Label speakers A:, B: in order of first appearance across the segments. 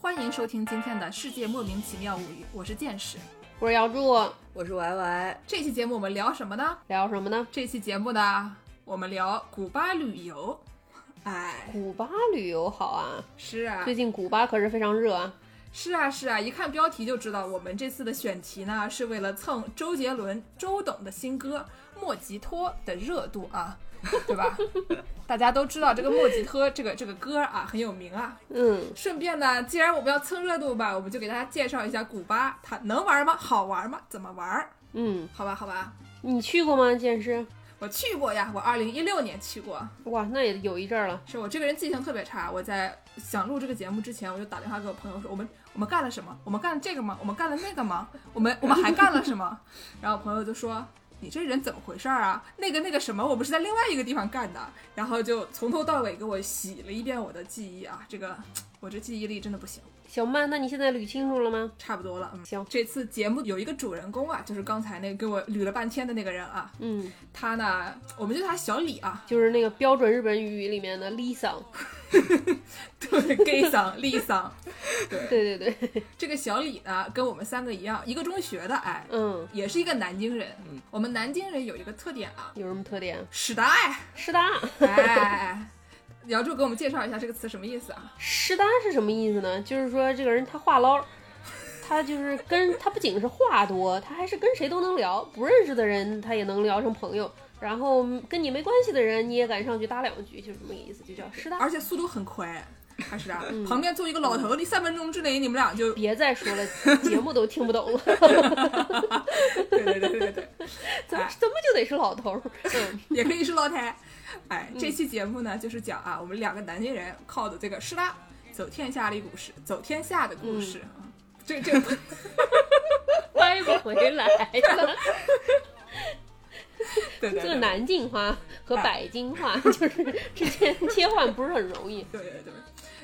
A: 欢迎收听今天的《世界莫名其妙物语》，我是见识。
B: 我是姚柱，
C: 我是歪歪，
A: 这期节目我们聊什么呢？
B: 聊什么呢？
A: 这期节目呢，我们聊古巴旅游。哎，
B: 古巴旅游好啊，
A: 是啊，
B: 最近古巴可是非常热啊。
A: 是啊，是啊，一看标题就知道，我们这次的选题呢，是为了蹭周杰伦、周董的新歌《莫吉托》的热度啊，对 吧？大家都知道这个《莫吉托》这个这个歌啊很有名啊。
B: 嗯，
A: 顺便呢，既然我们要蹭热度吧，我们就给大家介绍一下古巴，它能玩吗？好玩吗？怎么玩？
B: 嗯，
A: 好吧，好吧，
B: 你去过吗？健师？
A: 我去过呀，我二零一六年去过。
B: 哇，那也有一阵儿了。
A: 是我这个人记性特别差，我在想录这个节目之前，我就打电话给我朋友说，我们我们干了什么？我们干了这个吗？我们干了那个吗？我们我们还干了什么？ 然后我朋友就说。你这人怎么回事儿啊？那个那个什么，我们是在另外一个地方干的，然后就从头到尾给我洗了一遍我的记忆啊！这个我这记忆力真的不行，
B: 小曼，那你现在捋清楚了吗？
A: 差不多了。嗯，
B: 行
A: 这次节目有一个主人公啊，就是刚才那个给我捋了半天的那个人啊，
B: 嗯，
A: 他呢，我们就叫他小李啊，
B: 就是那个标准日本语里面的 Lisa。
A: 对，gay 桑、丽桑，对，
B: 对对对，
A: 这个小李呢，跟我们三个一样，一个中学的，哎，
B: 嗯，
A: 也是一个南京人。我们南京人有一个特点啊，
B: 有什么特点？
A: 屎的 爱。
B: 湿哒，
A: 哎，姚柱给我们介绍一下这个词什么意思啊？
B: 湿哒是什么意思呢？就是说这个人他话唠儿，他就是跟他不仅是话多，他还是跟谁都能聊，不认识的人他也能聊成朋友。然后跟你没关系的人，你也敢上去搭两句，就是这么个意思，就叫湿哒。
A: 而且速度很快，还是啊，旁边坐一个老
B: 嗯
A: 头，你三分钟之内你们俩 就，
B: 别再说了，节目都听不懂了，
A: 对对对对对，
B: 怎么怎么就得是老头儿？嗯，
A: 也可以是老太。哎，这期节目呢，就是讲啊，我们两个南京人靠的这个师大走天下的故事，走天下的故事
B: 嗯
A: 啊。这这个
B: 歪不回来了。
A: 对对对啊
B: 这个南京话和北京话就是之间切换不是很容易。
A: 对对对。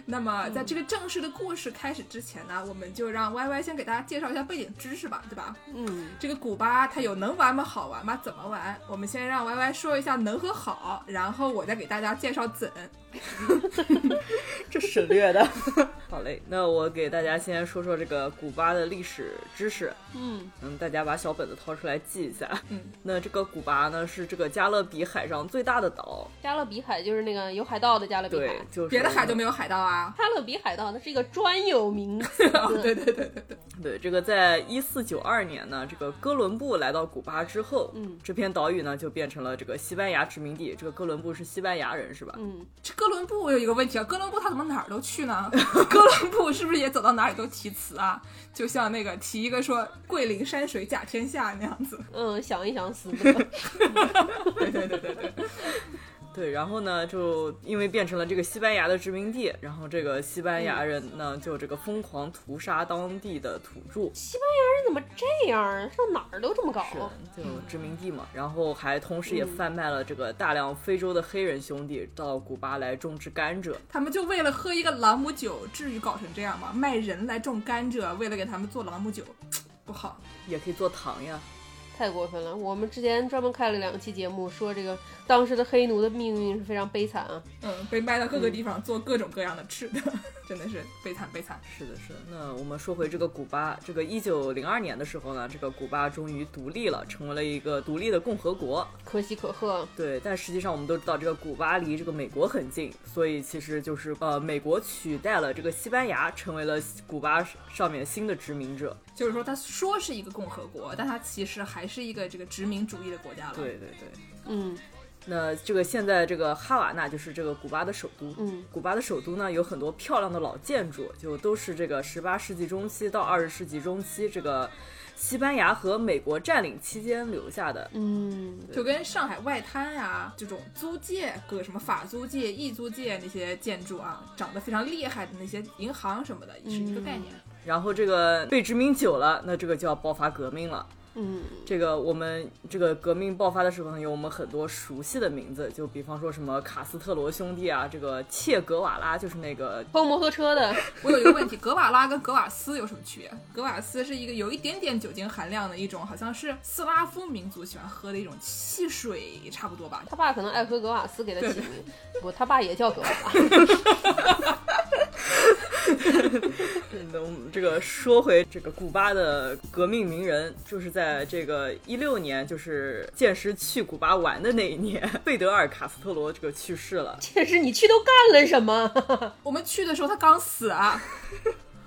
A: 那么，在这个正式的故事开始之前呢，我们就让 Y Y 先给大家介绍一下背景知识吧，对吧？
B: 嗯，
A: 这个古巴它有能玩吗？好玩吗？怎么玩？我们先让 Y Y 说一下能和好，然后我再给大家介绍怎。
C: 这省略的。 好嘞，那我给大家先说说这个古巴的历史知识。
B: 嗯
C: 嗯，大家把小本子掏出来记一下。
A: 嗯，
C: 那这个古巴呢是这个加勒比海上最大的岛，
B: 加勒比海就是那个有海盗的加勒比
C: 对
B: 海，，
C: 就是
A: 别的海都没有海盗啊。哦
B: 加勒比海盗那是一个专有名词。
A: 对对对对对，
C: 对，这个在一四九二年呢，这个哥伦布来到古巴之后，
B: 嗯
C: 这片岛屿呢就变成了这个西班牙殖民地。这个哥伦布是西班牙人是吧？
B: 嗯，
A: 这哥伦布有一个问题啊，哥伦布他怎么哪儿都去呢？ 哥伦布是不是也走到哪里都提词啊？就像那个提一个说“桂林山水甲天下”那样子。
B: 嗯，想一想 死不得。
A: 对对对对对。
C: 对，然后呢，就因为变成了这个西班牙的殖民地，然后这个西班牙人呢，就这个疯狂屠杀当地的土著，
B: 这怎么这样啊？上哪儿都这么搞。啊
C: 是就殖民地嘛，然后还同时也贩卖了这个大量非洲的黑人兄弟到古巴来种植甘蔗。
A: 他们就为了喝一个朗姆酒，至于搞成这样吗？卖人来种甘蔗，为了给他们做朗姆酒，不好。
C: 也可以做糖呀，
B: 太过分了！我们之前专门开了两期节目，说这个当时的黑奴的命运是非常悲惨啊。
A: 嗯，被卖到各个地方做各种各样的吃的， 真的是悲惨悲惨。
C: 是的，是的。那我们说回这个古巴，这个一九零二年的时候呢，这个古巴终于独立了，成为了一个独立的共和国。
B: 可喜可贺，啊
C: 对，但实际上我们都知道，这个古巴离这个美国很近，所以其实就是呃，美国取代了这个西班牙，成为了古巴上面新的殖民者。
A: 就是说，他说是一个共和国，但他其实还是一个这个殖民主义的国家了。
C: 对对对。
B: 嗯
C: 那这个现在这个哈瓦那就是这个古巴的首都。
B: 嗯，
C: 古巴的首都呢有很多漂亮的老建筑，就都是这个十八世纪中期到二十世纪中期这个西班牙和美国占领期间留下的。
B: 嗯，
A: 就跟上海外滩呀、这种租界，各什么法租界、异租界那些建筑啊，长得非常厉害的那些银行什么的，也是一个概念。
C: 然后这个被殖民久了，那这个就要爆发革命了。
B: 嗯，
C: 这个我们这个革命爆发的时候呢，有我们很多熟悉的名字，就比方说什么卡斯特罗兄弟啊，这个切格瓦拉就是那个
B: 偷摩托车的，
A: 我有一个问题，格瓦拉跟格瓦斯有什么区别？格瓦斯是一个有一点点酒精含量的一种，好像是斯拉夫民族喜欢喝的一种汽水，差不多吧？
B: 他爸可能爱 喝格瓦斯给他起名，不，他爸也叫格瓦拉，
C: 嗯那我们这个说回这个古巴的革命名人，就是在这个一六年，就是剑师去古巴玩的那一年， 贝德尔·卡斯特罗这个去世 了。
B: 这是你去都干了什么？啊
A: 我们去的时候他刚死啊，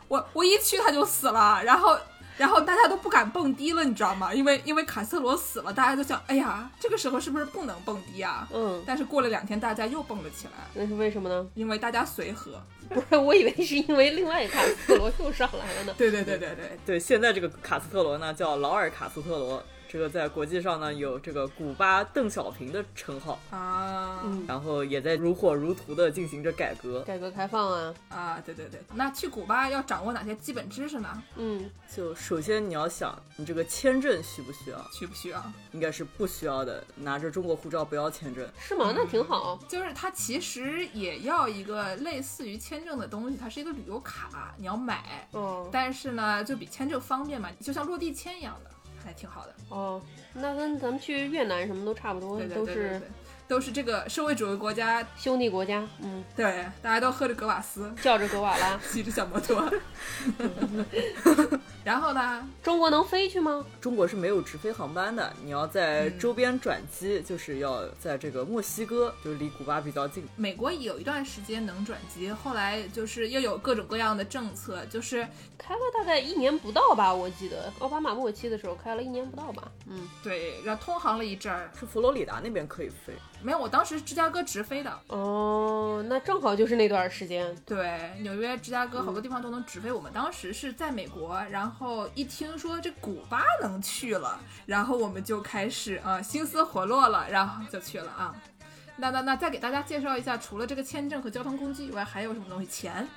A: 我我一去他就死了，然后然后大家都不敢蹦迪了，你知道吗？因为因为卡斯特罗死了，大家都想，哎呀，这个时候是不是不能蹦迪啊？
B: 嗯，
A: 但是过了两天，大家又蹦了起来，
B: 那是为什么呢？
A: 因为大家随和。
B: 不是，我以为是因为另外一卡斯特罗又上来了呢。
A: 对对对对对，
C: 对，现在这个卡斯特罗呢叫劳尔·卡斯特罗，这个在国际上呢有这个古巴邓小平的称号，
A: 啊、
B: 嗯，
C: 然后也在如火如荼的进行着改革。
B: 改革开放啊，
A: 啊，对对对。那去古巴要掌握哪些基本知识呢？
B: 嗯，
C: 就首先你要想，你这个签证需不需要？
A: 需不需要？
C: 应该是不需要的，拿着中国护照不要签证。
B: 是吗？那挺好。啊
A: 就是它其实也要一个类似于签证的东西，它是一个旅游卡，你要买，
B: 哦
A: 但是呢，就比签证方便嘛，就像落地签一样的，还挺好的。
B: 哦，那跟咱们去越南什么都差不多，
A: 对对
B: 都
A: 对对对
B: 是
A: 对，都是这个社会主义国家，
B: 兄弟国家，嗯，
A: 对，大家都喝着格瓦斯，
B: 叫着格瓦拉。
A: 骑着小摩托。 然后呢，
B: 中国能飞去吗？
C: 中国是没有直飞航班的，你要在周边转机，就是要在这个墨西哥，就是离古巴比较近。
A: 美国有一段时间能转机，后来就是又有各种各样的政策，就是
B: 开了大概一年不到吧，我记得奥巴马末期的时候开了一年不到吧。嗯，
A: 对，然后通航了一阵儿。
C: 是佛罗里达那边可以飞，
A: 没有，我当时芝加哥直飞的，
B: 哦，那正好就是那段时间。
A: 对，纽约、芝加哥好多地方都能直飞。我们当时是在美国，然后一听说这古巴能去了，然后我们就开始啊、呃心思活络了，然后就去了啊。那那那再给大家介绍一下，除了这个签证和交通工具以外，还有什么东西？钱，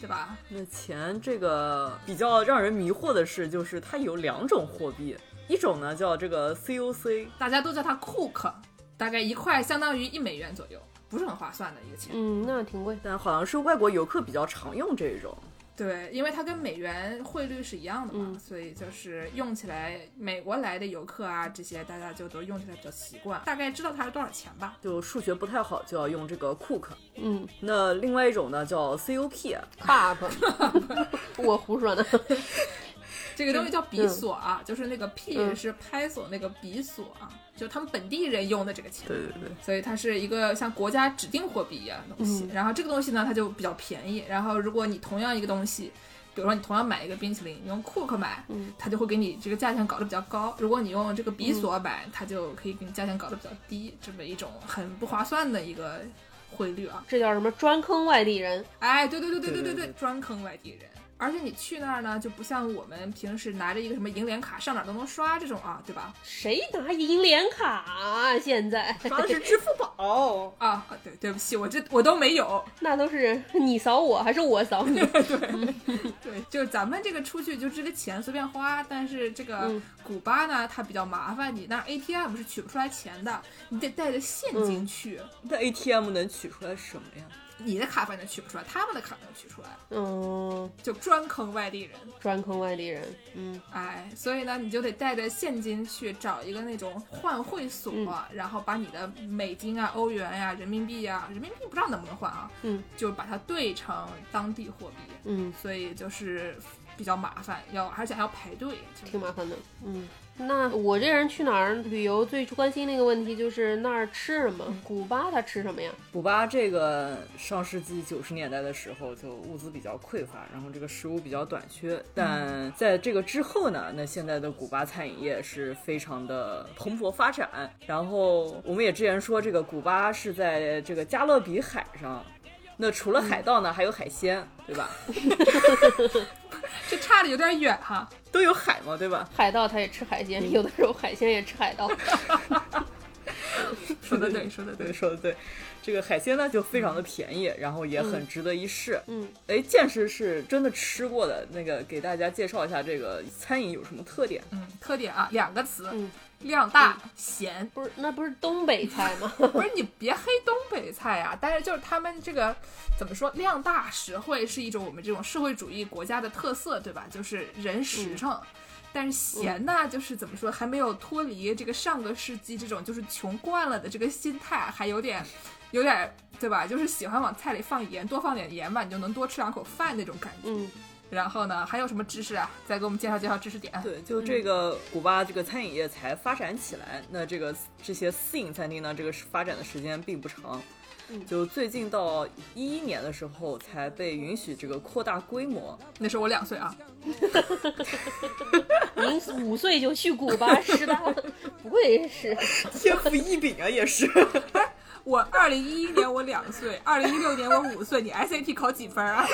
A: 对吧？
C: 那钱这个比较让人迷惑的是，就是它有两种货币，一种呢叫这个 COC，
A: 大家都叫它 cook，大概一块相当于一美元左右，不是很划算的一个钱。
B: 嗯，那挺贵。
C: 但好像是外国游客比较常用这种。
A: 对，因为它跟美元汇率是一样的嘛，
B: 嗯
A: 所以就是用起来，美国来的游客啊，这些大家就都用起来比较习惯，大概知道它是多少钱吧。
C: 就数学不太好，就要用这个 Cook。
B: 嗯
C: 那另外一种呢叫 COP，
B: ，cup，我胡说呢。
A: 这个东西叫比
B: 嗯
A: 索啊，就是那个 P
B: 嗯
A: 是拍索那个比索啊，就他们本地人用的这个钱。
C: 对对对，
A: 所以它是一个像国家指定货币一样的东西。
B: 嗯
A: 然后这个东西呢，它就比较便宜。然后如果你同样一个东西，比如说你同样买一个冰淇淋，你用 Cook 买，
B: 嗯
A: 它就会给你这个价钱搞得比较高；如果你用这个比索买，它就可以给你价钱搞得比较低。这么一种很不划算的一个汇率啊！
B: 这叫什么？专坑外地人。
A: 哎，对对对对对
C: 对
A: 对
C: 对
A: 对，
C: 对
A: 专坑外地人。而且你去那儿呢，就不像我们平时拿着一个什么银联卡上哪儿都能刷这种啊，对吧？
B: 谁拿银联卡啊？现在
C: 刷的是支付宝。
A: 啊，啊对，对不起，我这我都没有。
B: 那都是你扫我还是我扫你？
A: 对，就是咱们这个出去就这个钱随便花，但是这个
B: 嗯
A: 古巴呢，它比较麻烦你，那儿 ATM 是取不出来钱的，你得带着现
B: 嗯
A: 金去，
C: 那 ATM 能取出来什么呀？
A: 你的卡反正取不出来，他们的卡能取出来，
B: 嗯，
A: 就专坑外地人。
B: 专坑外地人。嗯，
A: 哎，所以呢，你就得带着现金去找一个那种换汇所，
B: 嗯
A: 然后把你的美金啊、欧元呀、人民币呀、人民币不知道能不能换啊，
B: 嗯，
A: 就把它兑成当地货币，
B: 嗯，
A: 所以就是比较麻烦，要而且还要排队，就是
B: 挺麻烦的。嗯，那我这人去哪儿旅游最关心的一个问题就是那儿吃什么？古巴它吃什么呀？
C: 古巴这个上世纪九十年代的时候，就物资比较匮乏，然后这个食物比较短缺。但在这个之后呢，那现在的古巴餐饮业是非常的蓬勃发展。然后我们也之前说，这个古巴是在这个加勒比海上，那除了海盗呢，还有海鲜，对吧？
A: 这差的有点远哈、
C: 都有海嘛，对吧？
B: 海盗它也吃海鲜，有的时候海鲜也吃海 盗。
A: 说的对，说的
C: 对，
A: 对。
C: 说的对。这个海鲜呢就非常的便宜，然后也很值得一试。
B: 嗯，
C: 哎，剑师是真的吃过的，那个给大家介绍一下这个餐饮有什么特点。
A: 嗯，特点啊，两个词，
B: 嗯
A: 量大、咸。
B: 不是，那不是东北菜吗？
A: 不是你别黑东北菜啊，但是就是他们这个怎么说，量大实惠是一种我们这种社会主义国家的特色，对吧？就是人
B: 嗯
A: 实诚。但是咸呢，就是怎么说，还没有脱离这个上个世纪这种就是穷惯了的这个心态，还有点有点对吧？就是喜欢往菜里放盐，多放点盐吧，你就能多吃两口饭那种感觉。
B: 嗯，
A: 然后呢，还有什么知识啊？再给我们介绍介绍知识点。
C: 对，就这个古巴这个餐饮业才发展起来，那这个这些私营餐厅呢，这个发展的时间并不长
B: 嗯。
C: 就最近到一一年的时候，才被允许这个扩大规模。
A: 那时候我两岁啊，
B: 您五岁就去古巴师大了，不愧是
C: 天赋异禀啊，也 是。
A: 我二零一一年我两岁，二零一六年我五岁，你 SAT 考几分啊？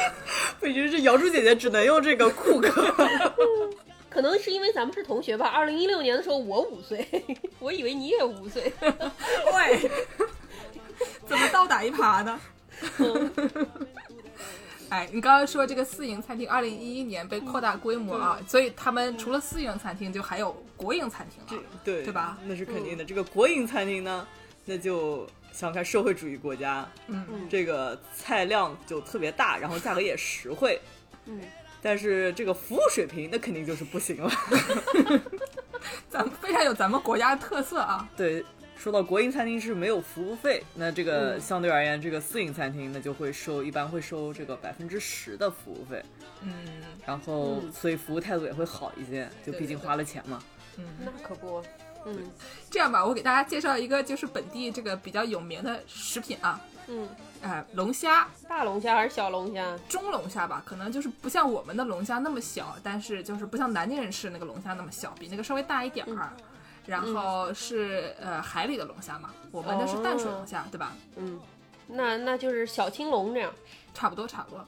C: 我觉得这瑶柱姐姐只能用这个酷哥。
B: 可能是因为咱们是同学吧。二零一六年的时候我五岁， 我以为你也五岁。
A: 喂， 怎么倒打一耙呢？
B: 嗯
A: 哎，你刚刚说这个私营餐厅，二零一一年被扩大规模啊，所以他们除了私营餐厅，就还有国营餐厅了。
C: 对嗯
A: 对吧？
C: 那是肯定的。这个国营餐厅呢，那就想看社会主义国家，
A: 嗯，
C: 这个菜量就特别大，然后价格也实惠。
B: 嗯，
C: 但是这个服务水平那肯定就是不行了。
A: 咱们非常有咱们国家的特色啊。
C: 对，说到国营餐厅是没有服务费，那这个
B: 嗯
C: 相对而言，这个私营餐厅那就会收，一般会收这个百分之十的服务费，
A: 嗯
C: 然后
B: 嗯
C: 所以服务态度也会好一些，就
A: 对
C: 毕竟
A: 对对
C: 花了钱嘛。
A: 嗯，
B: 那可不，嗯
A: 这样吧，我给大家介绍一个就是本地这个比较有名的食品啊，
B: 嗯，
A: 哎，龙虾，
B: 大龙虾还是小龙虾？
A: 中龙虾吧，可能就是不像我们的龙虾那么小，但是就是不像南京人吃的那个龙虾那么小，比那个稍微大一点儿。
B: 嗯
A: 然后是呃海里的龙虾嘛，我们的是淡水龙虾，对吧？
B: 嗯，那那就是小青龙那样。
A: 差不多差不多。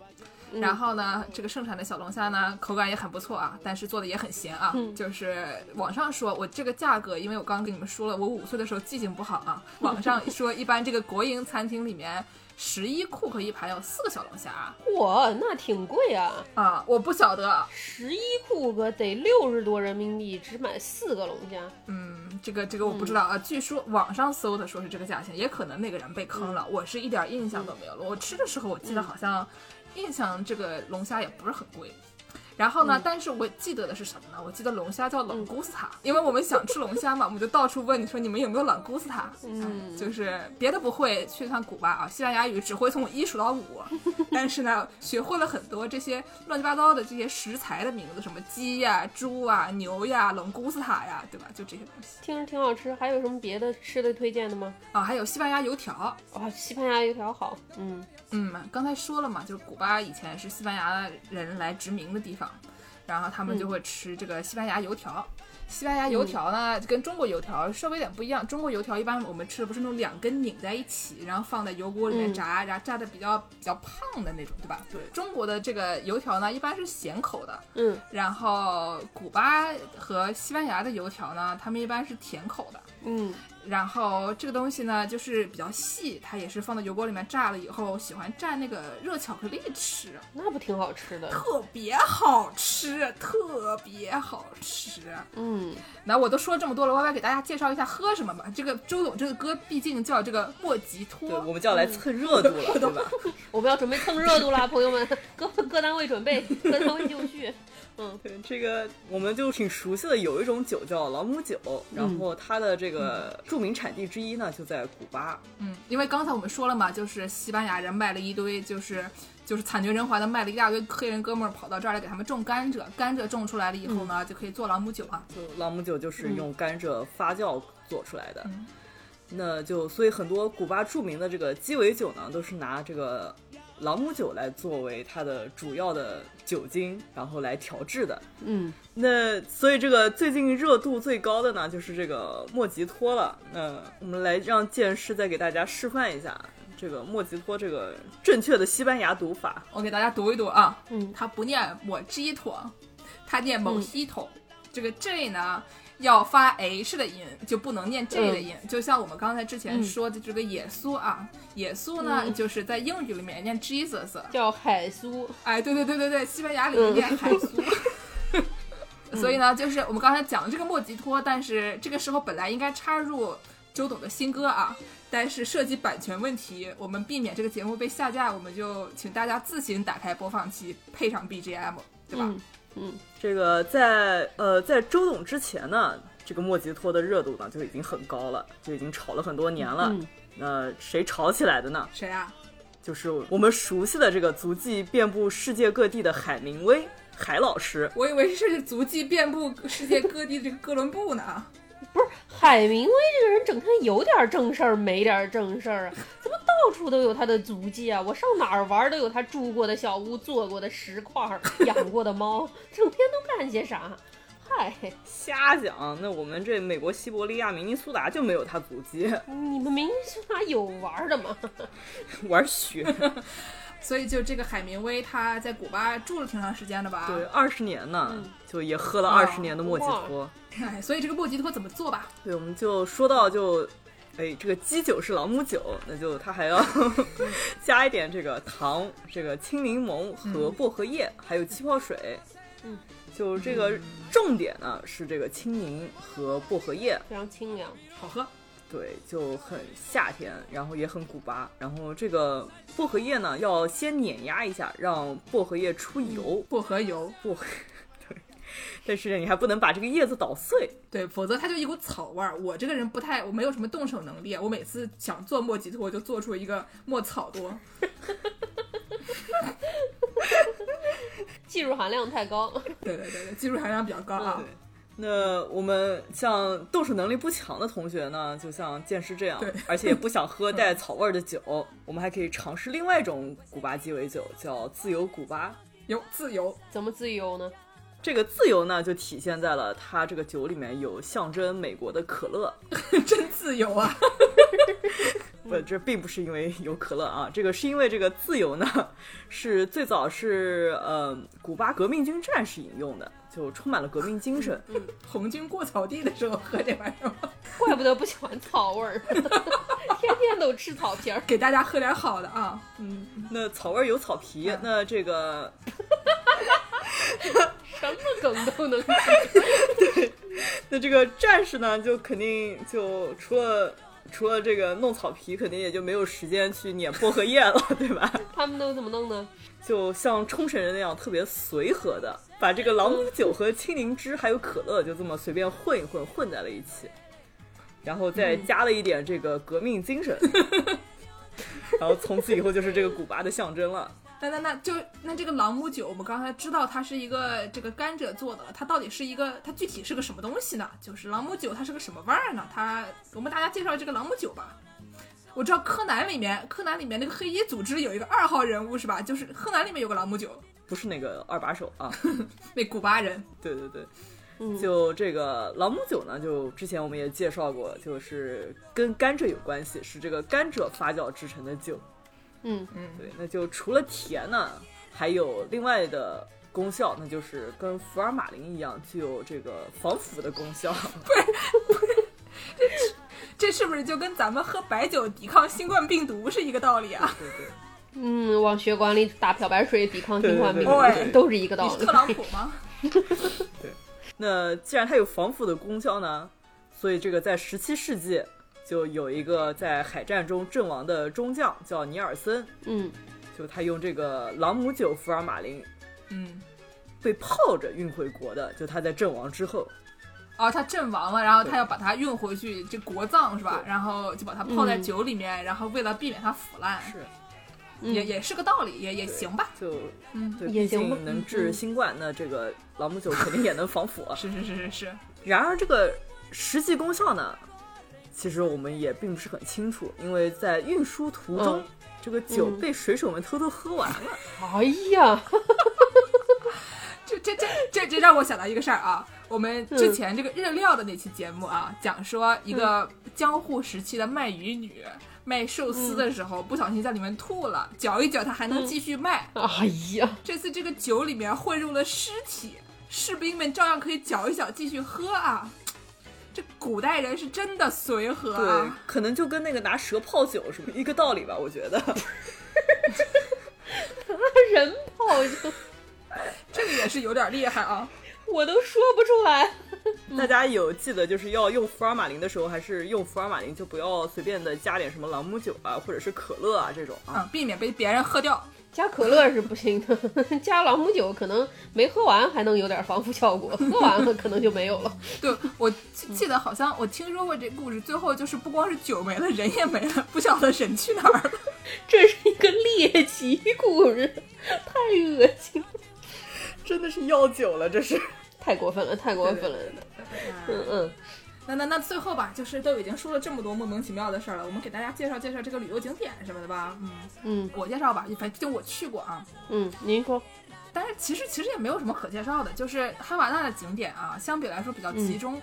B: 嗯
A: 然后呢，这个盛产的小龙虾呢，口感也很不错啊，但是做的也很咸啊。
B: 嗯
A: 就是网上说我这个价格，因为我刚刚跟你们说了，我五岁的时候记性不好啊。网 上说一般这个国营餐厅里面，十一库克一盘有四个小龙虾啊
B: 哇，那挺贵啊！
A: 啊，我不晓得啊，
B: 十一库克得六十多人民币，只买四个龙虾。
A: 嗯，这个这个我不知道啊，据说网上搜的说是这个价钱，也可能那个人被坑了，我是一点印象都没有了。我吃的时候我记得好像，印象这个龙虾也不是很贵。然后呢，但是我记得的是什么呢？我记得龙虾叫朗古斯塔，因为我们想吃龙虾嘛，我们就到处问你说你们有没有朗古斯塔。
B: 嗯
A: 哎就是别的不会，去趟古巴啊，西班牙语只会从一数到五，但是呢，学会了很多这些乱七八糟的这些食材的名字，什么鸡呀、猪啊、牛呀、龙古斯塔呀，对吧？就这些东西。
B: 听着挺好吃，还有什么别的吃的推荐的吗？
A: 啊，还有西班牙油条。
B: 啊、西班牙油条好，嗯
A: 嗯，刚才说了嘛，就是古巴以前是西班牙人来殖民的地方，然后他们就会吃这个西班牙油条。西班牙油条呢，就跟中国油条稍微有点不一样。中国油条一般我们吃的不是那种两根拧在一起，然后放在油锅里面
B: 嗯
A: 炸，然后炸的比较比较胖的那种，对吧？
C: 对
A: 中国的这个油条呢，一般是咸口的，
B: 嗯
A: 然后古巴和西班牙的油条呢，他们一般是甜口的。
B: 嗯
A: 然后这个东西呢，就是比较细，它也是放到油锅里面炸了以后，喜欢蘸那个热巧克力吃，
B: 那不挺好吃 的？
A: 特别好吃，特别好吃。
B: 嗯，
A: 那我都说这么多了，歪歪给大家介绍一下喝什么吧。这个周董这个歌毕竟叫这个莫吉
C: 对，我
A: 托，
C: 们就要来蹭热度 了，对吧？
B: 我们要准备蹭热度啦，朋友们，各各单位准备，各单位就绪。嗯
C: 对，这个我们就挺熟悉的，有一种酒叫朗姆酒，
A: 嗯
C: 然后它的这个著名产地之一呢就在古巴。
A: 嗯，因为刚才我们说了嘛，就是西班牙人卖了一堆，就是就是惨绝人寰的卖了一大堆黑人哥们儿跑到这儿来给他们种甘蔗，甘蔗种出来了以后呢，就可以做朗姆酒啊。
C: 就朗姆酒就是用甘蔗发酵做出来的。
A: 嗯
C: 那就所以很多古巴著名的这个鸡尾酒呢，都是拿这个朗姆酒来作为它的主要的酒精，然后来调制的。
B: 嗯
C: 那所以这个最近热度最高的呢，就是这个莫吉托了。那我们来让剑师再给大家示范一下这个莫吉托这个正确的西班牙读法。
A: 我给大家读一读啊，
B: 嗯
A: 它不念抹鸡托，它念某西托。
B: 嗯
A: 这个 J 呢要发 H 的音，就不能念
B: 嗯
A: J 的音。就像我们刚才之前说的这个耶稣啊，耶稣呢、
B: 嗯
A: 就是在英语里面念 Jesus，啊
B: 叫海苏，
A: 哎，对对对对对，西班牙里面念海 苏。所以呢，就是我们刚才讲的这个莫吉托，但是这个时候本来应该插入周董的新歌啊，但是涉及版权问题，我们避免这个节目被下架，我们就请大家自行打开播放器，配上 BGM，对吧？
B: 嗯嗯
C: 这个在呃在周董之前呢，这个莫吉托的热度呢就已经很高了，就已经炒了很多年了。
B: 嗯
C: 呃，谁炒起来的呢？
A: 谁啊？
C: 就是我们熟悉的这个足迹遍布世界各地的海明威海老师。
A: 我以为是足迹遍布世界各地这个哥伦布呢。啊
B: 不是海明威这个人，整天有点正事儿，没点正事儿啊，怎么到处都有他的足迹啊？我上哪儿玩儿都有他住过的小屋、坐过的石块儿、养过的猫，整天都干些啥？嗨，
C: 瞎讲，那我们这美国西伯利亚明尼苏达就没有他足迹，
B: 你们明星哪有玩儿的吗？
C: 玩雪。
A: 所以就这个海明威，他在古巴住了挺长时间的吧？
C: 对，。二十年呢，
B: 嗯
C: 就也喝了
A: 哇
C: 二十年的莫吉托。
A: 哎，所以这个莫吉托怎么做吧？
C: 对，我们就说到就，哎，这个基酒是朗姆酒，那就它还要 加一点这个糖、这个青柠檬和薄荷叶，还有气泡水。
B: 嗯，
C: 就这个重点呢是这个青柠和薄荷叶，
B: 非常清凉，
A: 好喝。
C: 对，就很夏天，然后也很古巴。然后这个薄荷叶呢要先碾压一下，让薄荷叶出油。
A: 薄荷油，
C: 薄荷， 对，但是你还不能把这个叶子捣碎。
A: 对，否则它就一股草味儿。我这个人不太，我没有什么动手能力，我每次想做莫吉托，我就做出一个莫草多。
B: 技术含量太高。
A: 对对对对，技术含量比较高啊。
C: 对，那我们像动手能力不强的同学呢，就像剑师这样
A: 对，
C: 而且也不想喝带草味儿的酒，我们还可以尝试另外一种古巴鸡尾酒，叫自由古巴。
A: 有自由，
B: 怎么自由呢？
C: 这个自由呢，就体现在了它这个酒里面有象征美国的可乐，
A: 真自由啊！
C: 不，这并不是因为有可乐啊， 这个是因为这个自由呢，是最早是呃古巴革命军战士饮用的，就充满了革命精神。
A: 红军过草地的时候喝这玩意儿吗，
B: 怪不得不喜欢草味儿， 天天都吃草皮儿。
A: 给大家喝点好的啊。
C: 那草味儿有草皮，那这个
B: 什么梗都能
C: 那这个战士呢，就肯定就除了除了这个弄草皮，肯定也就没有时间去碾薄荷叶了，对吧？
B: 他们都怎么弄呢？
C: 就像冲绳人那样特别随和的，把这个朗姆酒和青柠汁还有可乐就这么随便混一混，混在了一起，然后再加了一点这个革命精神，然后从此以后就是这个古巴的象征了。
A: 那那那就那这个朗姆酒，我们刚才知道它是一个这个甘蔗做的，它到底是一个它具体是个什么东西呢？就是朗姆酒它是个什么味儿呢？它我们大家介绍这个朗姆酒吧。我知道柯南里面，柯南里面那个黑衣组织有一个二号人物是吧？就是柯南里面有个朗姆酒，
C: 不是那个二把手啊，
A: 那古巴人，
C: 对对对，
B: 嗯
C: 就这个朗姆酒呢，就之前我们也介绍过，就是跟甘蔗有关系，是这个甘蔗发酵制成的酒。
B: 嗯，
C: 对，那就除了甜呢，还有另外的功效，那就是跟福尔马林一样，具有这个防腐的功效。
A: 这是不是就跟咱们喝白酒抵抗新冠病毒是一个道理啊？
C: 对对，
B: 嗯，往血管里打漂白水抵抗新冠病
A: 对对对
B: 毒，都是一个道
A: 你是
B: 理
A: 特。朗普吗？
C: 那既然它有防腐的功效呢，所以这个在十七世纪就有一个在海战中阵亡的中将叫尼尔森，
B: 嗯，
C: 就他用这个朗姆酒福尔马林
A: 嗯，
C: 被泡着运回国的，就他在阵亡之后，
A: 哦，他阵亡了，然后他
C: 对
A: 要把它运回去，这国葬是吧？
C: 对
A: 然后就把它泡在
B: 嗯
A: 酒里面，然后为了避免它腐烂，
C: 是
B: 嗯
A: 也也是个道理，也也
C: 对
A: 行吧。
C: 就
A: 嗯，
C: 对，
B: 也
C: 毕
B: 行吧
C: 竟能治
B: 嗯
C: 新冠，那这个朗姆酒肯定也能防腐。啊
A: 是是是是是，
C: 然而，这个实际功效呢，其实我们也并不是很清楚，因为在运输途中，
B: 嗯
C: 这个酒
B: 嗯
C: 被水手们偷偷喝完了。
B: 哎呀，
A: 这这这这这让我想到一个事儿啊，我们
C: 嗯
A: 之前这个日料的那期节目啊，讲说一
C: 嗯
A: 个江户时期的卖鱼女。卖寿司
C: 嗯
A: 的时候、不小心在里面吐了，搅一搅它还能继续卖。
B: 哎呀，
A: 这次这个酒里面混入了尸体，士兵们照样可以搅一搅继续喝啊。这古代人是真的随和
C: 对
A: 啊，，
C: 可能就跟那个拿蛇泡酒是一个道理吧，我觉得。
B: 人泡就
A: 这个也是有点厉害啊。
B: 我都说不出来。
C: 大家有记得就是要用福尔马林的时候，还是用福尔马林，就不要随便的加点什么朗姆酒啊，或者是可乐啊这种啊。
A: 嗯，避免被别人喝掉。
B: 加可乐是不行的， 加朗姆酒可能没喝完还能有点防腐效果，喝完了可能就没有了。
A: 对我记记得好像我听说过这故事，最后就是不光是酒没了，人也没了，不晓得人去哪儿了。
B: 这是一个猎奇故事，太恶心了，
C: 真的是药酒了，这是。
B: 太过分了，太过分了。嗯嗯，
A: 那那那最后吧，就是都已经说了这么多莫名其妙的事儿了，我们给大家介绍介绍这个旅游景点什么的吧。嗯
B: 嗯
A: 我介绍吧，反正就我去过啊，
B: 嗯，您说，
A: 但是其实其实也没有什么可介绍的，就是哈瓦那的景点啊，相比来说比较
B: 嗯
A: 集中，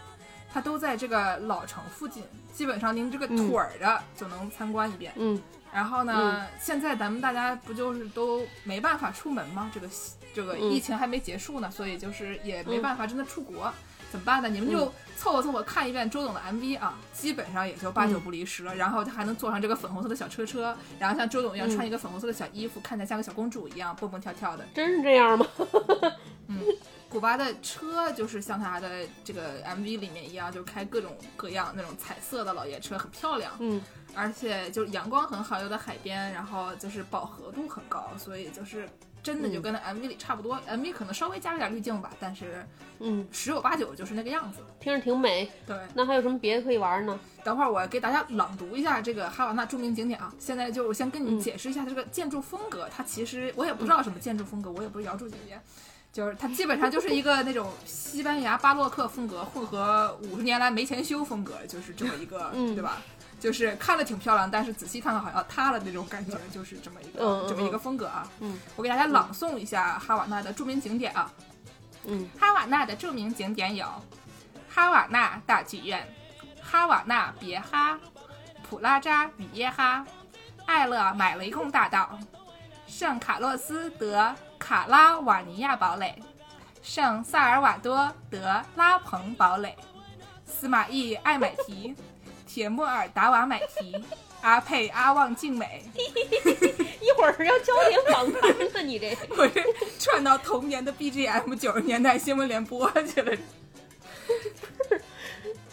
A: 它都在这个老城附近，基本上您这个
B: 嗯
A: 腿儿着就能参观一遍。
B: 嗯
A: 然后呢，现在咱们大家不就是都没办法出门吗？这个这个
B: 嗯
A: 疫情还没结束呢，所以就是也没
B: 嗯
A: 办法真的出国，怎么办呢？你们
B: 嗯
A: 就凑合凑合看一遍周董的 MV 啊，基本上也就
B: 嗯
A: 八九不离十了。然后他还能坐上这个粉红色的小车车，然后像周董一样
B: 嗯
A: 穿一个粉红色的小衣服，看起来像个小公主一样蹦蹦跳跳的。
B: 真是这样吗？
A: 古巴的车就是像他的这个 MV 里面一样，就是开各种各样那种彩色的老爷车，很漂亮。
B: 嗯
A: 而且就是阳光很好，又在海边，然后就是饱和度很高，所以就是真的就跟那 MV 里差不多。MV 可能稍微加了点滤镜吧，但是
B: 嗯，
A: 十有八九就是那个样子。
B: 听着挺美。
A: 对，
B: 那还有什么别的可以玩呢？
A: 等会儿我给大家朗读一下这个哈瓦那著名景点啊。现在就先跟你
B: 嗯
A: 解释一下这个建筑风格，它其实我也不知道什么建筑风格，我也不是姚柱姐姐。就是它基本上就是一个那种西班牙巴洛克风格混合五十年来没钱修风格，就是这么一个，
B: 嗯
A: 对吧？就是看着挺漂亮，但是仔细看看好像塌了那种感觉，就是这么一个、
B: 嗯嗯
A: 这么一个风格啊。
B: 嗯，
A: 我给大家朗诵一下哈瓦那的著名景点啊。
B: 嗯，
A: 哈瓦那的著名景点有哈瓦那大剧院、哈瓦那别哈、普拉扎与耶哈、艾勒买雷贡大道、圣卡洛斯德卡拉瓦尼亚堡垒、圣萨尔瓦多德拉蓬堡垒、司马懿艾买提、铁木尔达瓦买提、阿佩阿旺静美。
B: 一会儿要焦点访谈的，你这
A: 我是串到童年的 BGM 九十年代新闻联播去了。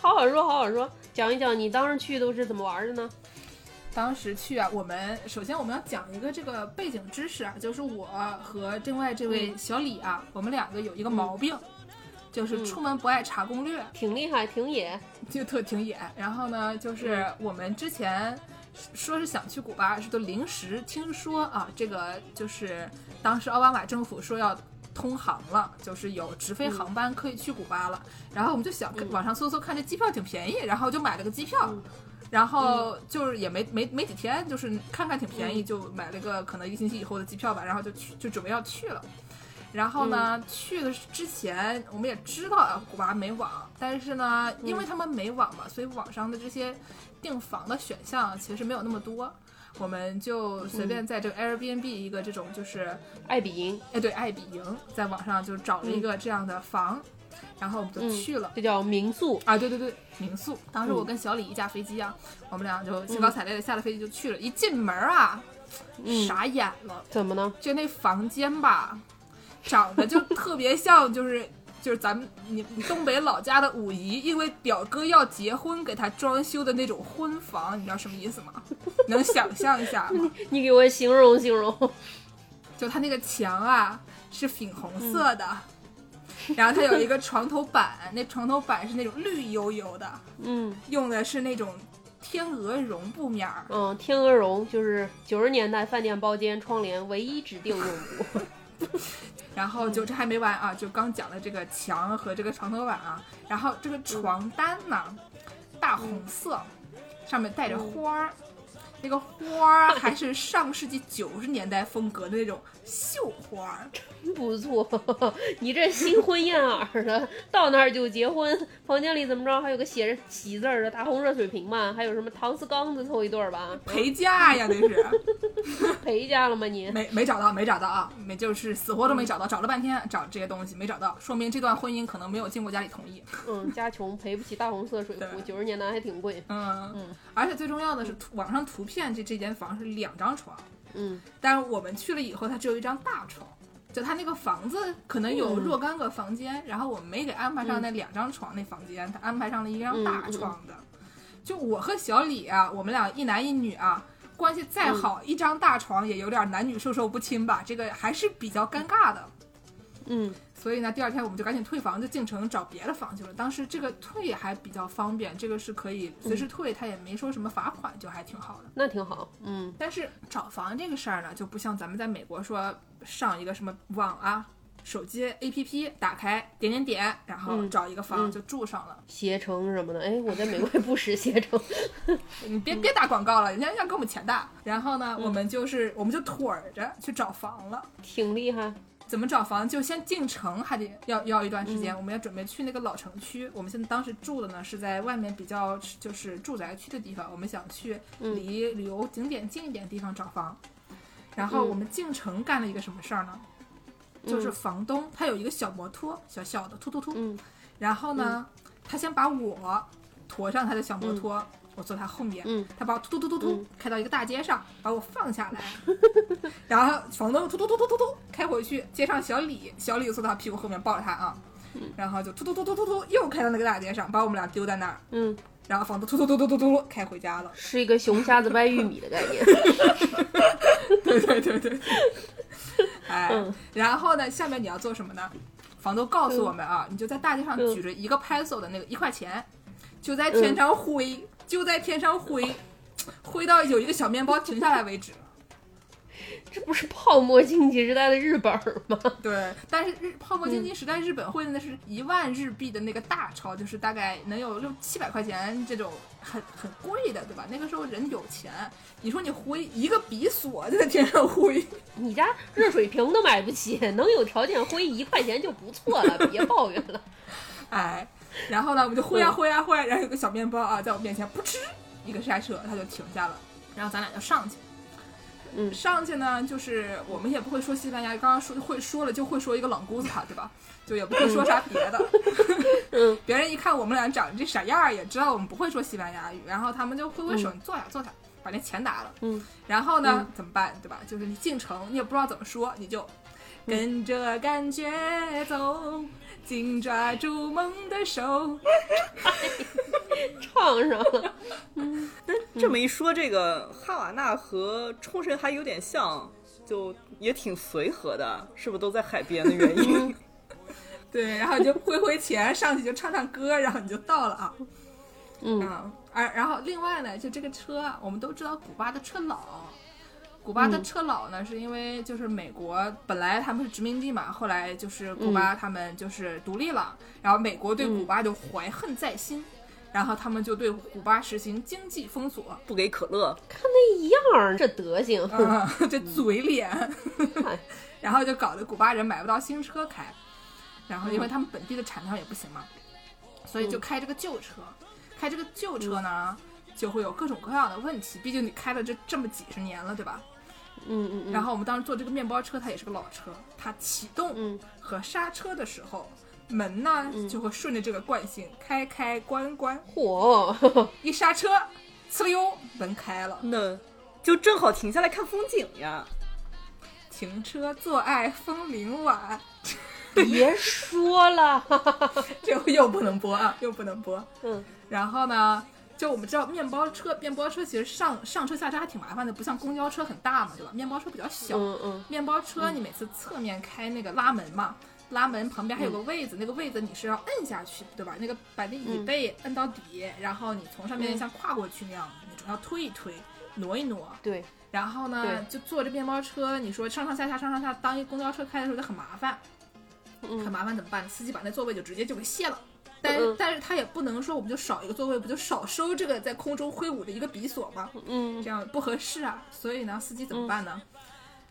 B: 好好说，好好说，讲一讲你当时去都是怎么玩的呢？
A: 当时去啊，我们首先我们要讲一个这个背景知识啊，就是我和另外这位小李啊，我们两个有一个毛病，就是出门不爱查攻略，
B: 挺厉害，挺野。
A: 就特挺野。然后呢，就是我们之前说是想去古巴，是都临时听说啊，这个就是当时奥巴马政府说要。通航了，就是有直飞航班可以去古巴了。然后我们就想
B: 嗯
A: 网上搜搜看，这机票挺便宜，然后就买了个机票。
B: 嗯
A: 然后就是也没没没几天，就是看看挺便
B: 嗯
A: 宜，就买了一个可能一个星期以后的机票吧，然后就去就准备要去了。然后呢，去的之前我们也知道啊，古巴没网，但是呢，因为他们没网嘛，所以网上的这些订房的选项其实没有那么多。我们就随便在这个 Airbnb 一个这种就是，
B: 艾比营，
A: 哎对，爱彼迎，在网上就找了一个这样的房，然后我们就
B: 嗯
A: 去了。
B: 这叫民宿。
A: 啊，对对对，民宿。嗯当时我跟小李一架飞机啊，我们俩就兴高采烈的下了飞机就去了。一进门啊，
B: 嗯，
A: 傻眼了，
B: 怎么呢？
A: 就那房间吧，长得就特别像就是。就是咱们你你东北老家的五姨，因为表哥要结婚，给他装修的那种婚房，你知道什么意思吗？能想象一下吗？
B: 你给我形容形容。
A: 就它那个墙啊是粉红色的，然后它有一个床头板，那床头板是那种绿油油的，
B: 嗯
A: 用的是那种天鹅绒布面儿，
B: 嗯，天鹅绒就是九十年代饭店包间窗帘唯一指定用途。
A: 然后就这还没完啊，就刚讲的这个墙和这个床头板啊，然后这个床单呢，大红色，上面带着花儿，那个花儿还是上世纪九十年代风格的那种绣花儿，
B: 不错， 你这新婚燕尔的，到那儿就结婚，房间里怎么着还有个写着“喜”字儿的大红热水瓶嘛，还有什么搪瓷缸子凑一对儿吧？
A: 陪嫁呀那是，
B: 陪嫁了吗你？
A: 没没找到，没找到啊，没就是死活都没找到，找了半天找这些东西没找到，说明这段婚姻可能没有经过家里同意。
B: 嗯，家穷赔不起大红色水壶，
A: 对
B: 九十年代还挺贵。
A: 嗯，而且最重要的是，图网上图片这这间房是两张床，
B: 嗯
A: 但是我们去了以后，它只有一张大床，就它那个房子可能有
B: 嗯
A: 若干个房间，然后我们没给安排上那两张床那房间，他
B: 嗯
A: 安排上了一张大床的。就我和小李啊，我们俩一男一女啊，关系再
B: 嗯
A: 好，一张大床也有点男女授受不亲吧，这个还是比较尴尬的。
B: 嗯，
A: 所以呢，第二天我们就赶紧退房，就进城找别的房去了。当时这个退还比较方便，这个是可以随
B: 嗯
A: 时退，他也没说什么罚款，就还挺好的。
B: 那挺好。嗯，
A: 但是找房这个事儿呢，就不像咱们在美国说上一个什么网啊。手机 APP 打开，点点点，然后
B: 嗯
A: 找一个房
B: 嗯
A: 就住上了。
B: 携程什么的，哎，我在美国也不识携程。
A: 你别别打广告了，人家要给我们钱的。然后
B: 嗯
A: 呢，我们就是我们就腿儿着去找房了。
B: 挺厉害。
A: 怎么找房？就先进城，还得要要一段时
B: 嗯
A: 间。我们要准备去那个老城区。我们现在当时住的呢是在外面比较就是住宅区的地方，我们想去离旅游景点近一点的地方找房。然后
B: 嗯
A: 我们进城干了一个什么事儿呢？就是房东他有一个小摩托，小小的突突突，
B: 嗯
A: 然后呢，他先把我驮上他的小摩托，我坐他后面，
B: 嗯
A: 他把我突突突突突
B: 嗯
A: 开到一个大街上，把我放下来，然后房东突突突突突突开回去，接上小李，小李坐他屁股后面抱着他啊，
B: 嗯
A: 然后就突突突突突突又开到那个大街上，把我们俩丢在那儿，
B: 嗯，
A: 然后房东突突突突突突开回家 了。
B: 是一个熊瞎子掰玉米的概念。
A: 对对对对，哎
B: 嗯，
A: 然后呢，下面你要做什么呢？房东告诉我们啊，你就在大街上
B: 嗯
A: 举着一个 peso 的那个一块钱，就在天上挥，就在天上挥，挥到有一个小面包停下来为止。
B: 这不是泡沫经济时代的日本儿吗？
A: 对，但是日泡沫经济时代日本汇的那是一万日币的那个大钞，就是大概能有六七百块钱这种很很贵的，对吧？那个时候人有钱，你说你挥一个比索就在天上挥，
B: 你家热水瓶都买不起，能有条件挥一块钱就不错了，别抱怨了。
A: 哎，然后呢，我们就挥呀
B: 嗯
A: 挥呀挥呀，然后有个小面包啊，在我面前噗嗤一个刹车，它就停下了，然后咱俩就上去。
B: 嗯
A: 上去呢，就是我们也不会说西班牙，刚刚说会说了，就会说一个冷姑子卡，对吧？就也不会说啥别的。
B: 嗯，
A: 别人一看我们俩长这傻样儿，也知道我们不会说西班牙语，然后他们就挥挥手，你坐下坐下，把那钱拿了。
B: 嗯，
A: 然后呢，怎么办，对吧？就是你进城，你也不知道怎么说，你就跟
B: 嗯
A: 着感觉走，紧抓住梦的手。
B: 唱上了，
C: 这么一说，这个哈瓦那和冲绳还有点像，就也挺随和的，是不是都在海边的原因？
A: 对，然后你就挥挥钱，上去就唱唱歌，然后你就到了啊。
B: 嗯
A: 嗯，而然后另外呢，就这个车，我们都知道古巴的车老，古巴的车老呢，是因为就是美国本来他们是殖民地嘛，后来就是古巴他们就是独立了，然后美国对古巴就怀恨在心。然后他们就对古巴实行经济封锁，
C: 不给可乐，
B: 那一样儿，这德行，
A: 啊， 这
B: 嗯
A: 嘴脸，
B: 哎
A: 然后就搞得古巴人买不到新车开，然后因为他们本地的产量也不行嘛，所以
B: 嗯
A: 就开这个旧车。开这个旧车呢，就会有各种各样的问题，毕竟你开了这这么几十年了，对吧？
B: 嗯嗯嗯，
A: 然后我们当时坐这个面包车，它也是个老车，它启动
B: 嗯
A: 和刹车的时候。门呢就会顺着这个惯性开开关关，
B: 嚯，
A: 一刹车，呲溜，门开
B: 嗯
A: 了。
C: 那就正好停下来看风景呀。
A: 停车坐爱枫林晚，
B: 别说了，
A: 这又不能播啊，又不能播。
B: 嗯
A: 然后呢，就我们知道面包车，面包车其实上上车下车还挺麻烦的，不像公交车很大嘛，对吧？面包车比较小，
B: 嗯嗯，
A: 面包车你每次侧面开那个拉门嘛，拉门旁边还
B: 嗯
A: 有个位子，那个位子你是要摁下去，对吧？那个把那椅背摁到底，然后你从上面
B: 嗯
A: 像跨过去那样，你主要推一推，挪一挪。
B: 对，
A: 然后呢，
B: 对
A: 就坐着面包车，你说上上下下上上下，当一公交车开的时候就很麻烦。很
B: 嗯
A: 麻烦怎么办？司机把那座位就直接就给卸了。但是、
B: 嗯
A: 但是他也不能说我们就少一个座位，不就少收这个在空中挥舞的一个比索吗？
B: 嗯
A: 这样不合适啊。所以呢，司机怎么办呢？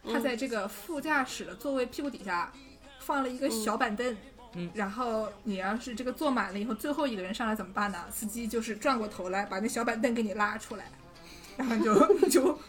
B: 嗯
A: 他在这个副驾驶的座位屁股底下放了一个小板凳。
C: 嗯
A: 然后你要是这个坐满了以后，最后一个人上来怎么办呢？司机就是转过头来把那小板凳给你拉出来，然后你就 你就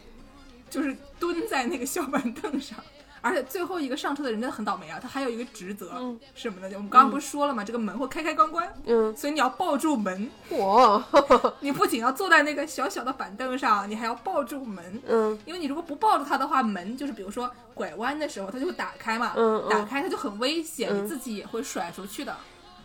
A: 就是蹲在那个小板凳上。而且最后一个上车的人真的很倒霉啊，他还有一个职责、
B: 嗯
A: 是什么呢？就我们刚刚不是说了嘛，这个门会开开关关，
B: 嗯，
A: 所以你要抱住门，
B: 嚯，
A: 你不仅要坐在那个小小的板凳上，你还要抱住门。
B: 嗯
A: 因为你如果不抱住它的话，门就是比如说拐弯的时候，它就会打开嘛，
B: 嗯嗯
A: 打开它就很危险，
B: 嗯
A: 你自己也会甩出去的。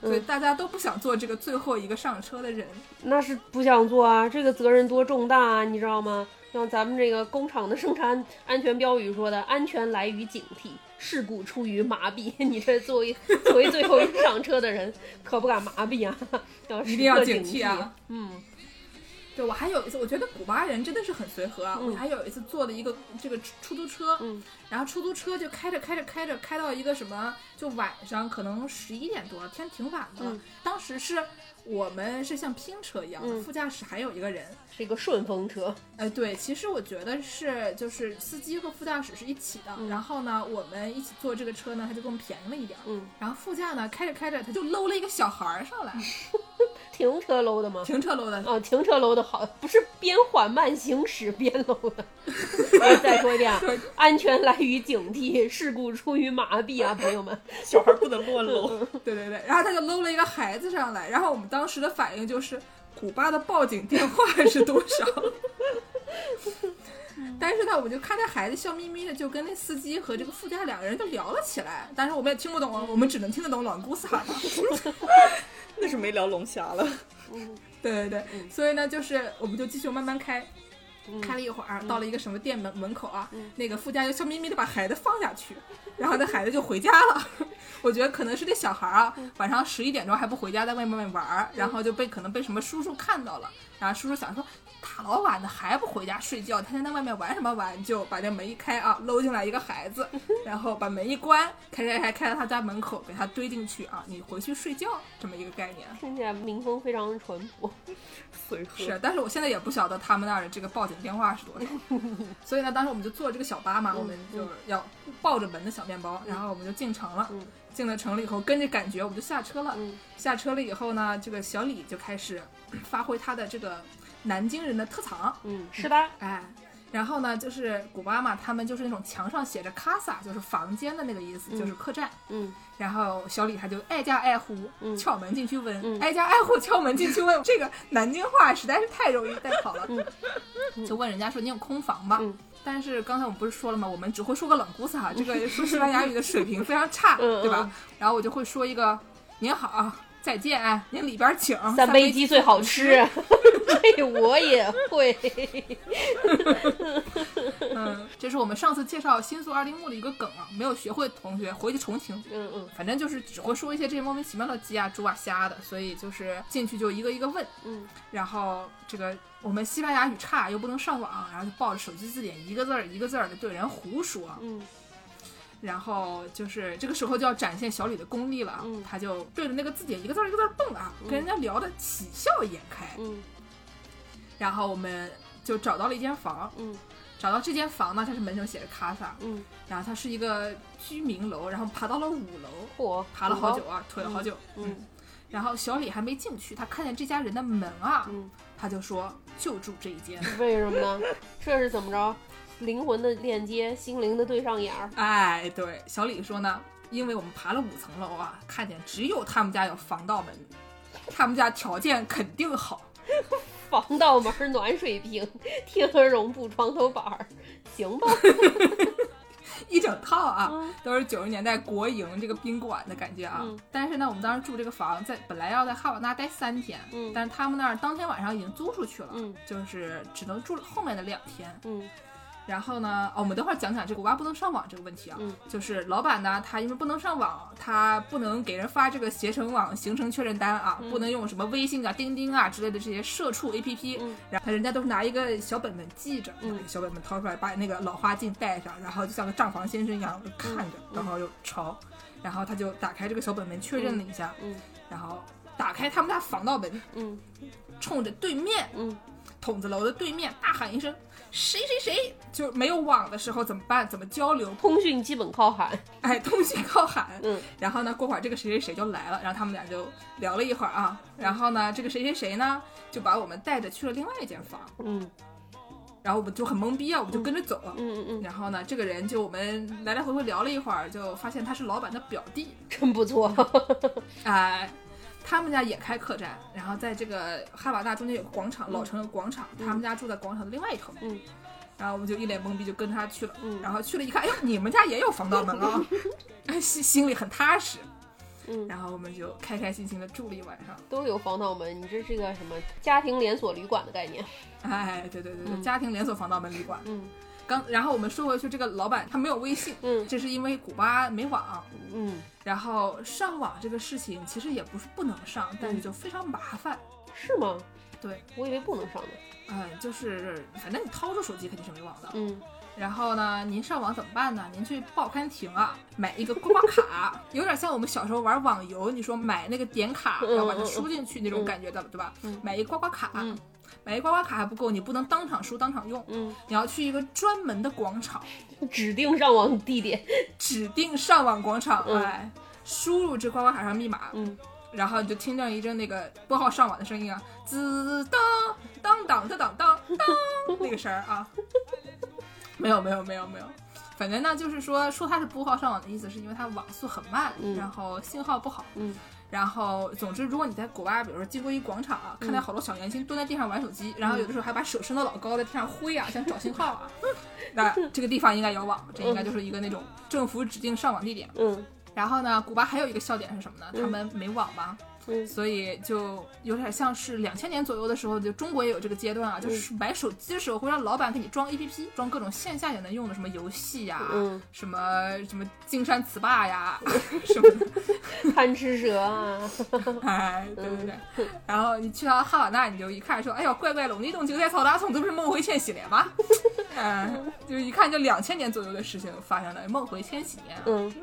A: 所以大家都不想做这个最后一个上车的人。
B: 那是不想做啊，这个责任多重大啊，你知道吗？像咱们这个工厂的生产安全标语说的，安全来于警惕，事故出于麻痹。 你这作为作为最后一个上车的人， 可不敢麻痹啊， 要
A: 一
B: 时
A: 定要
B: 刻
A: 警
B: 警
A: 惕啊！
B: 嗯，
A: 对我还有一次，我觉得古巴人真的是很随和啊。
B: 嗯
A: 我还有一次坐的一个这个出租车，
B: 嗯
A: 然后出租车就开着开着开着开到一个什么，就晚上可能十一点多，天挺晚的了。
B: 嗯
A: 当时是我们是像拼车一样的，
B: 嗯
A: 副驾驶还有一个人。
B: 是一个顺风车，
A: 哎，对，其实我觉得是就是司机和副驾驶是一起的。
B: 嗯
A: 然后呢，我们一起坐这个车呢，他就更便宜了一点儿。
B: 嗯，
A: 然后副驾呢，开着开着，他就搂了一个小孩儿上来，
B: 停车楼的吗？
A: 停车搂的，
B: 哦，停车楼的好，不是边缓慢行驶边楼的。我再说一遍啊，安全来于警惕，事故出于麻痹啊，朋友们。
C: 小孩不能落楼。
A: 对对对，然后他就搂了一个孩子上来，然后我们当时的反应就是，古巴的报警电话是多少？但是呢，我们就看那孩子笑眯眯的，就跟那司机和这个副驾两个人就聊了起来。但是我们也听不懂啊，我们只能听得懂朗古萨嘛。
C: 那是没聊龙虾了。
A: 对对对，所以呢，就是我们就继续慢慢开，开了一会儿，啊到了一个什么店门门口啊，那个副驾就笑眯眯的把孩子放下去， 然后那孩子就回家了。 我觉得可能是这小孩儿啊，晚上十一点钟还不回家，在外面玩儿，然后就被可能被什么叔叔看到了，然后叔叔想说。大老晚的还不回家睡觉，天天在外面玩什么玩？就把这门一开啊，搂进来一个孩子，然后把门一关，开开开开到他家门口，给他堆进去啊，你回去睡觉这么一个概念。啊
B: 听起来民风非常淳朴。
C: 随和
A: 是，但是我现在也不晓得他们那儿的这个报警电话是多 少。所以呢，当时我们就坐这个小巴
B: 嗯
A: 嘛，我们就是要抱着门的小面包，然后我们就进城了。
B: 嗯
A: 进了城了以后，跟着感觉我们就下车了。
B: 嗯
A: 下车了以后呢，这个小李就开始 发挥他的这个南京人的特长，
B: 嗯，是吧？
A: 哎。然后呢，就是古巴嘛，他们就是那种墙上写着 “casa”，就是房间的那个意思，就是客栈。
B: 嗯，
A: 然后小李他就挨家挨户
B: 嗯
A: 敲门进去问，
B: 嗯
A: 挨家挨户敲门进去 问，这个南京话实在是太容易带跑了，就问人家说你有空房吗？
B: 嗯
A: 但是刚才我们不是说了吗？我们只会说个冷姑撒，这个说西班牙语的水平非常差，
B: 嗯
A: 对吧？然后我就会说一个您好，再见，啊您里边请，
B: 啊三杯
A: 鸡。
B: 鸡最好吃， 这我也会。
A: 嗯，这是我们上次介绍新宿二丁目的一个梗啊，没有学会的同学回去重听。
B: 嗯嗯
A: 反正就是只会说一些这些莫名其妙的鸡啊、猪啊、虾的，所以就是进去就一个一个问，
B: 嗯，
A: 然后这个我们西班牙语差又不能上网，啊然后就抱着手机字典一个字儿一个字儿的对人胡说，
B: 嗯
A: 然后就是这个时候就要展现小李的功力了啊，
B: 嗯
A: 他就对着那个字典一个字儿一个字儿蹦啊，跟人家聊得喜笑颜开，
B: 嗯
A: 然后我们就找到了一间房，
B: 嗯
A: 找到这间房呢，它是门上写着卡萨，
B: 嗯，
A: 然后它是一个居民楼，然后爬到了五楼，
B: 嚯，
A: 爬了好久。啊，腿了好久，
B: 嗯
A: 然后小李还没进去，他看见这家人的门啊，
B: 嗯，
A: 他就说就住这一间。
B: 为什么呢？这是怎么着？灵魂的链接，心灵的对上眼儿。
A: 哎，对，小李说呢，因为我们爬了五层楼啊，看见只有他们家有防盗门，他们家条件肯定好。
B: 防盗门、暖水瓶、天鹅绒布床头板儿，行吧？
A: 一整套啊，都是九十年代国营这个宾馆的感觉啊。
B: 嗯
A: 但是呢，我们当时住这个房，在本来要在哈瓦那待三天，
B: 嗯
A: 但是他们那儿当天晚上已经租出去了，
B: 嗯
A: 就是只能住后面的两天。
B: 嗯
A: 然后呢，哦，我们等会儿讲讲这个古巴不能上网这个问题啊。
B: 嗯
A: 就是老板呢，他因为不能上网，他不能给人发这个携程网行程确认单啊，
B: 嗯
A: 不能用什么微信啊、钉钉啊之类的这些社畜 APP、
B: 嗯
A: 然后人家都是拿一个小本本记着，
B: 嗯
A: 拿一个小本本掏出来，把那个老花镜戴上，然后就像个账房先生一样看着，然后又抄，然后他就打开这个小本本确认了一下，
B: 嗯嗯
A: 然后打开他们家防盗门，
B: 嗯
A: 冲着对面
B: 嗯
A: 筒子楼的对面大喊一声：“谁谁谁！”就没有网的时候怎么办？怎么交流？
B: 通讯基本靠喊。
A: 哎，通讯靠喊。
B: 嗯
A: 然后呢，过会儿这个谁谁谁就来了，然后他们俩就聊了一会儿啊。然后呢，这个谁谁谁呢，就把我们带着去了另外一间房，
B: 嗯
A: 然后我们就很懵逼啊，我们就跟着走。
B: 嗯嗯，
A: 然后呢，这个人就我们来来回回聊了一会儿，就发现他是老板的表弟，
B: 真不错。
A: 哎，他们家也开客栈，然后在这个哈瓦那中间有个广场，老城有个广场，他们家住在广场的另外一头。
B: 嗯，
A: 然后我们就一脸懵逼，就跟着他去了。
B: 嗯
A: 然后去了一看，哎呦，你们家也有防盗门啊！哎，心心里很踏实。
B: 嗯
A: 然后我们就开开心心的住了一晚上。
B: 都有防盗门，你这是个什么家庭连锁旅馆的概念？
A: 哎，对对对对，
B: 嗯
A: 家庭连锁防盗门旅馆。
B: 嗯
A: 刚，然后我们说回去，这个老板他没有微信，
B: 嗯
A: 这是因为古巴没网。
B: 嗯，
A: 然后上网这个事情其实也不是不能上，但是就非常麻烦。
B: 是吗？
A: 对，
B: 我以为不能上呢。
A: 嗯，就是反正你掏出手机肯定是没网的。
B: 嗯，
A: 然后呢，您上网怎么办呢？您去报刊亭啊，买一个刮刮卡，有点像我们小时候玩网游，你说买那个点卡，
B: 嗯
A: 然后把它输进去那种
B: 嗯
A: 感觉的，对吧
B: 嗯？
A: 买一刮刮卡
B: 嗯，
A: 买一刮刮卡还不够，你不能当场输当场用，
B: 嗯，
A: 你要去一个专门的广场，
B: 指定上网地点。
A: 指定上网广场，
B: 嗯
A: 哎，输入这刮刮卡上密码，
B: 嗯
A: 然后你就听见一阵那个拨号上网的声音啊，滋当当当当当当当那个声儿啊，没有没有没有没有，反正呢就是说说它是拨号上网的意思，是因为它网速很慢，
B: 嗯
A: 然后信号不好，
B: 嗯
A: 然后总之如果你在国外，比如说经过一广场
B: 嗯
A: 啊，看到好多小年轻蹲在地上玩手机，然后有的时候还把手伸得老高，在地上挥啊，想找信号 啊，那这个地方应该有网，这应该就是一个那种政府指定上网地点。
B: 嗯
A: 然后呢，古巴还有一个笑点是什么呢？他们没网嘛，
B: 嗯
A: 所以就有点像是两千年左右的时候，就中国也有这个阶
B: 嗯
A: 段啊，就是买手机的时候会让老板给你装 APP，装各种线下也能用的什么游戏呀、
B: 嗯，
A: 什么什么金山词霸呀， 什么的，
B: 贪吃蛇啊。
A: 哎，
B: 嗯
A: 对不对？然后你去到哈瓦那，你就一看说，哎呦，怪怪龙的洞、韭菜草大葱，这不是梦回千禧年 吗？嗯，就是一看就两千年左右的事情发生了，梦回千禧年啊。
B: 嗯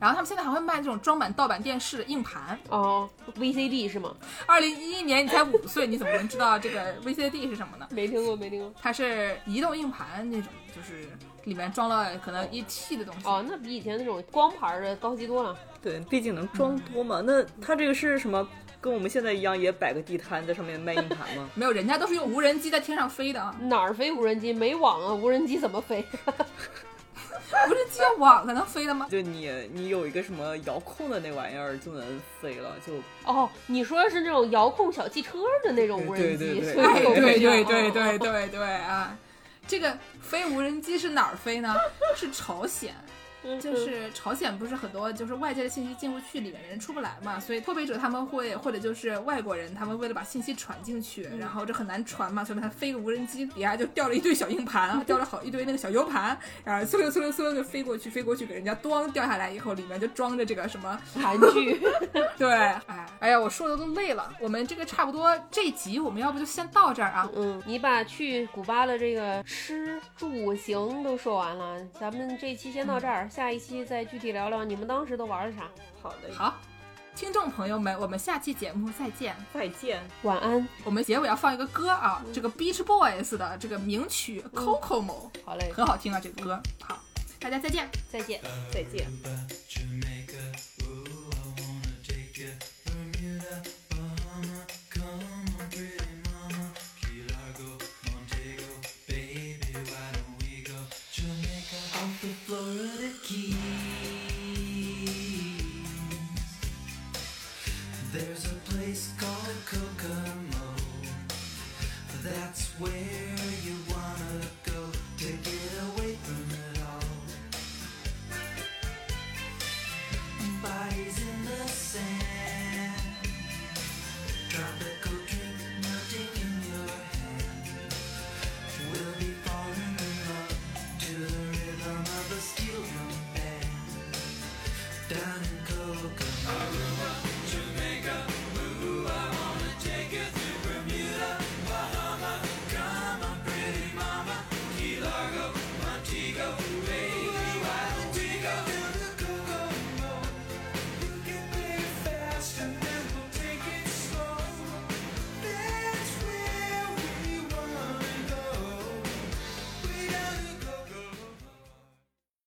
A: 然后他们现在还会卖这种装满盗版电视的硬盘，
B: 哦，VCD 是吗？
A: 二零一一年你才五岁，你怎么能知道这个 VCD 是什么呢？
B: 没听过，没听过。
A: 它是移动硬盘那种，就是里面装了可能一 T 的东西。？
B: 哦，那比以前那种光盘的高级多了。
C: 对，毕竟能装多嘛。那他这个是什么？跟我们现在一样，也摆个地摊在上面卖硬盘吗
A: 没有，人家都是用无人机在天上飞的啊，
B: 哪儿飞无人机？没网啊，无人机怎么飞？
A: 无人机的网可能飞的吗？
C: 就你你有一个什么遥控的那玩意儿就能飞了，就
B: 哦，你说的是那种遥控小汽车的那种无人机？
C: 对对对
B: 所以
A: 哎，
B: 我不
A: 对
B: 知道
A: 对对对对对啊！这个飞无人机是哪儿飞呢？是朝鲜。
B: 嗯
A: 就是朝鲜不是很多就是外界的信息进不去，里面人出不来嘛，所以脱北者他们会或者就是外国人他们为了把信息传进去，然后这很难传嘛，所以他飞个无人机底下就掉了一堆小硬盘啊，掉了好一堆那个小 U 盘，然后嗖溜嗖溜嗖溜就飞过去，飞过去给人家咣掉下来以后，里面就装着这个什么
B: 韩剧。
A: 对，哎哎呀，我说的都累了，我们这个差不多这集我们要不就先到这儿啊，
B: 嗯，你把去古巴的这个吃住行都说完了，咱们这一期先到这儿，下一期再具体聊聊你们当时都玩了啥。
C: 好的，
A: 好。听众朋友们，我们下期节目再见。
C: 再见。
B: 晚安，
A: 我们结尾要放一个歌啊，这个 Beach Boys 的这个名曲《Cocomo》。
B: 好嘞，
A: 很好听啊，这个歌。好，大家再见。
B: 再见。
C: 再见
D: Aruba, Uh, Jamaica, ooh, I wanna take ya. Bermuda, Bahama, come on, pretty mama. Key Largo, Montego, baby, why don't we go? Jamaica, off the Florida Keys. There's a place called Kokomo. That's where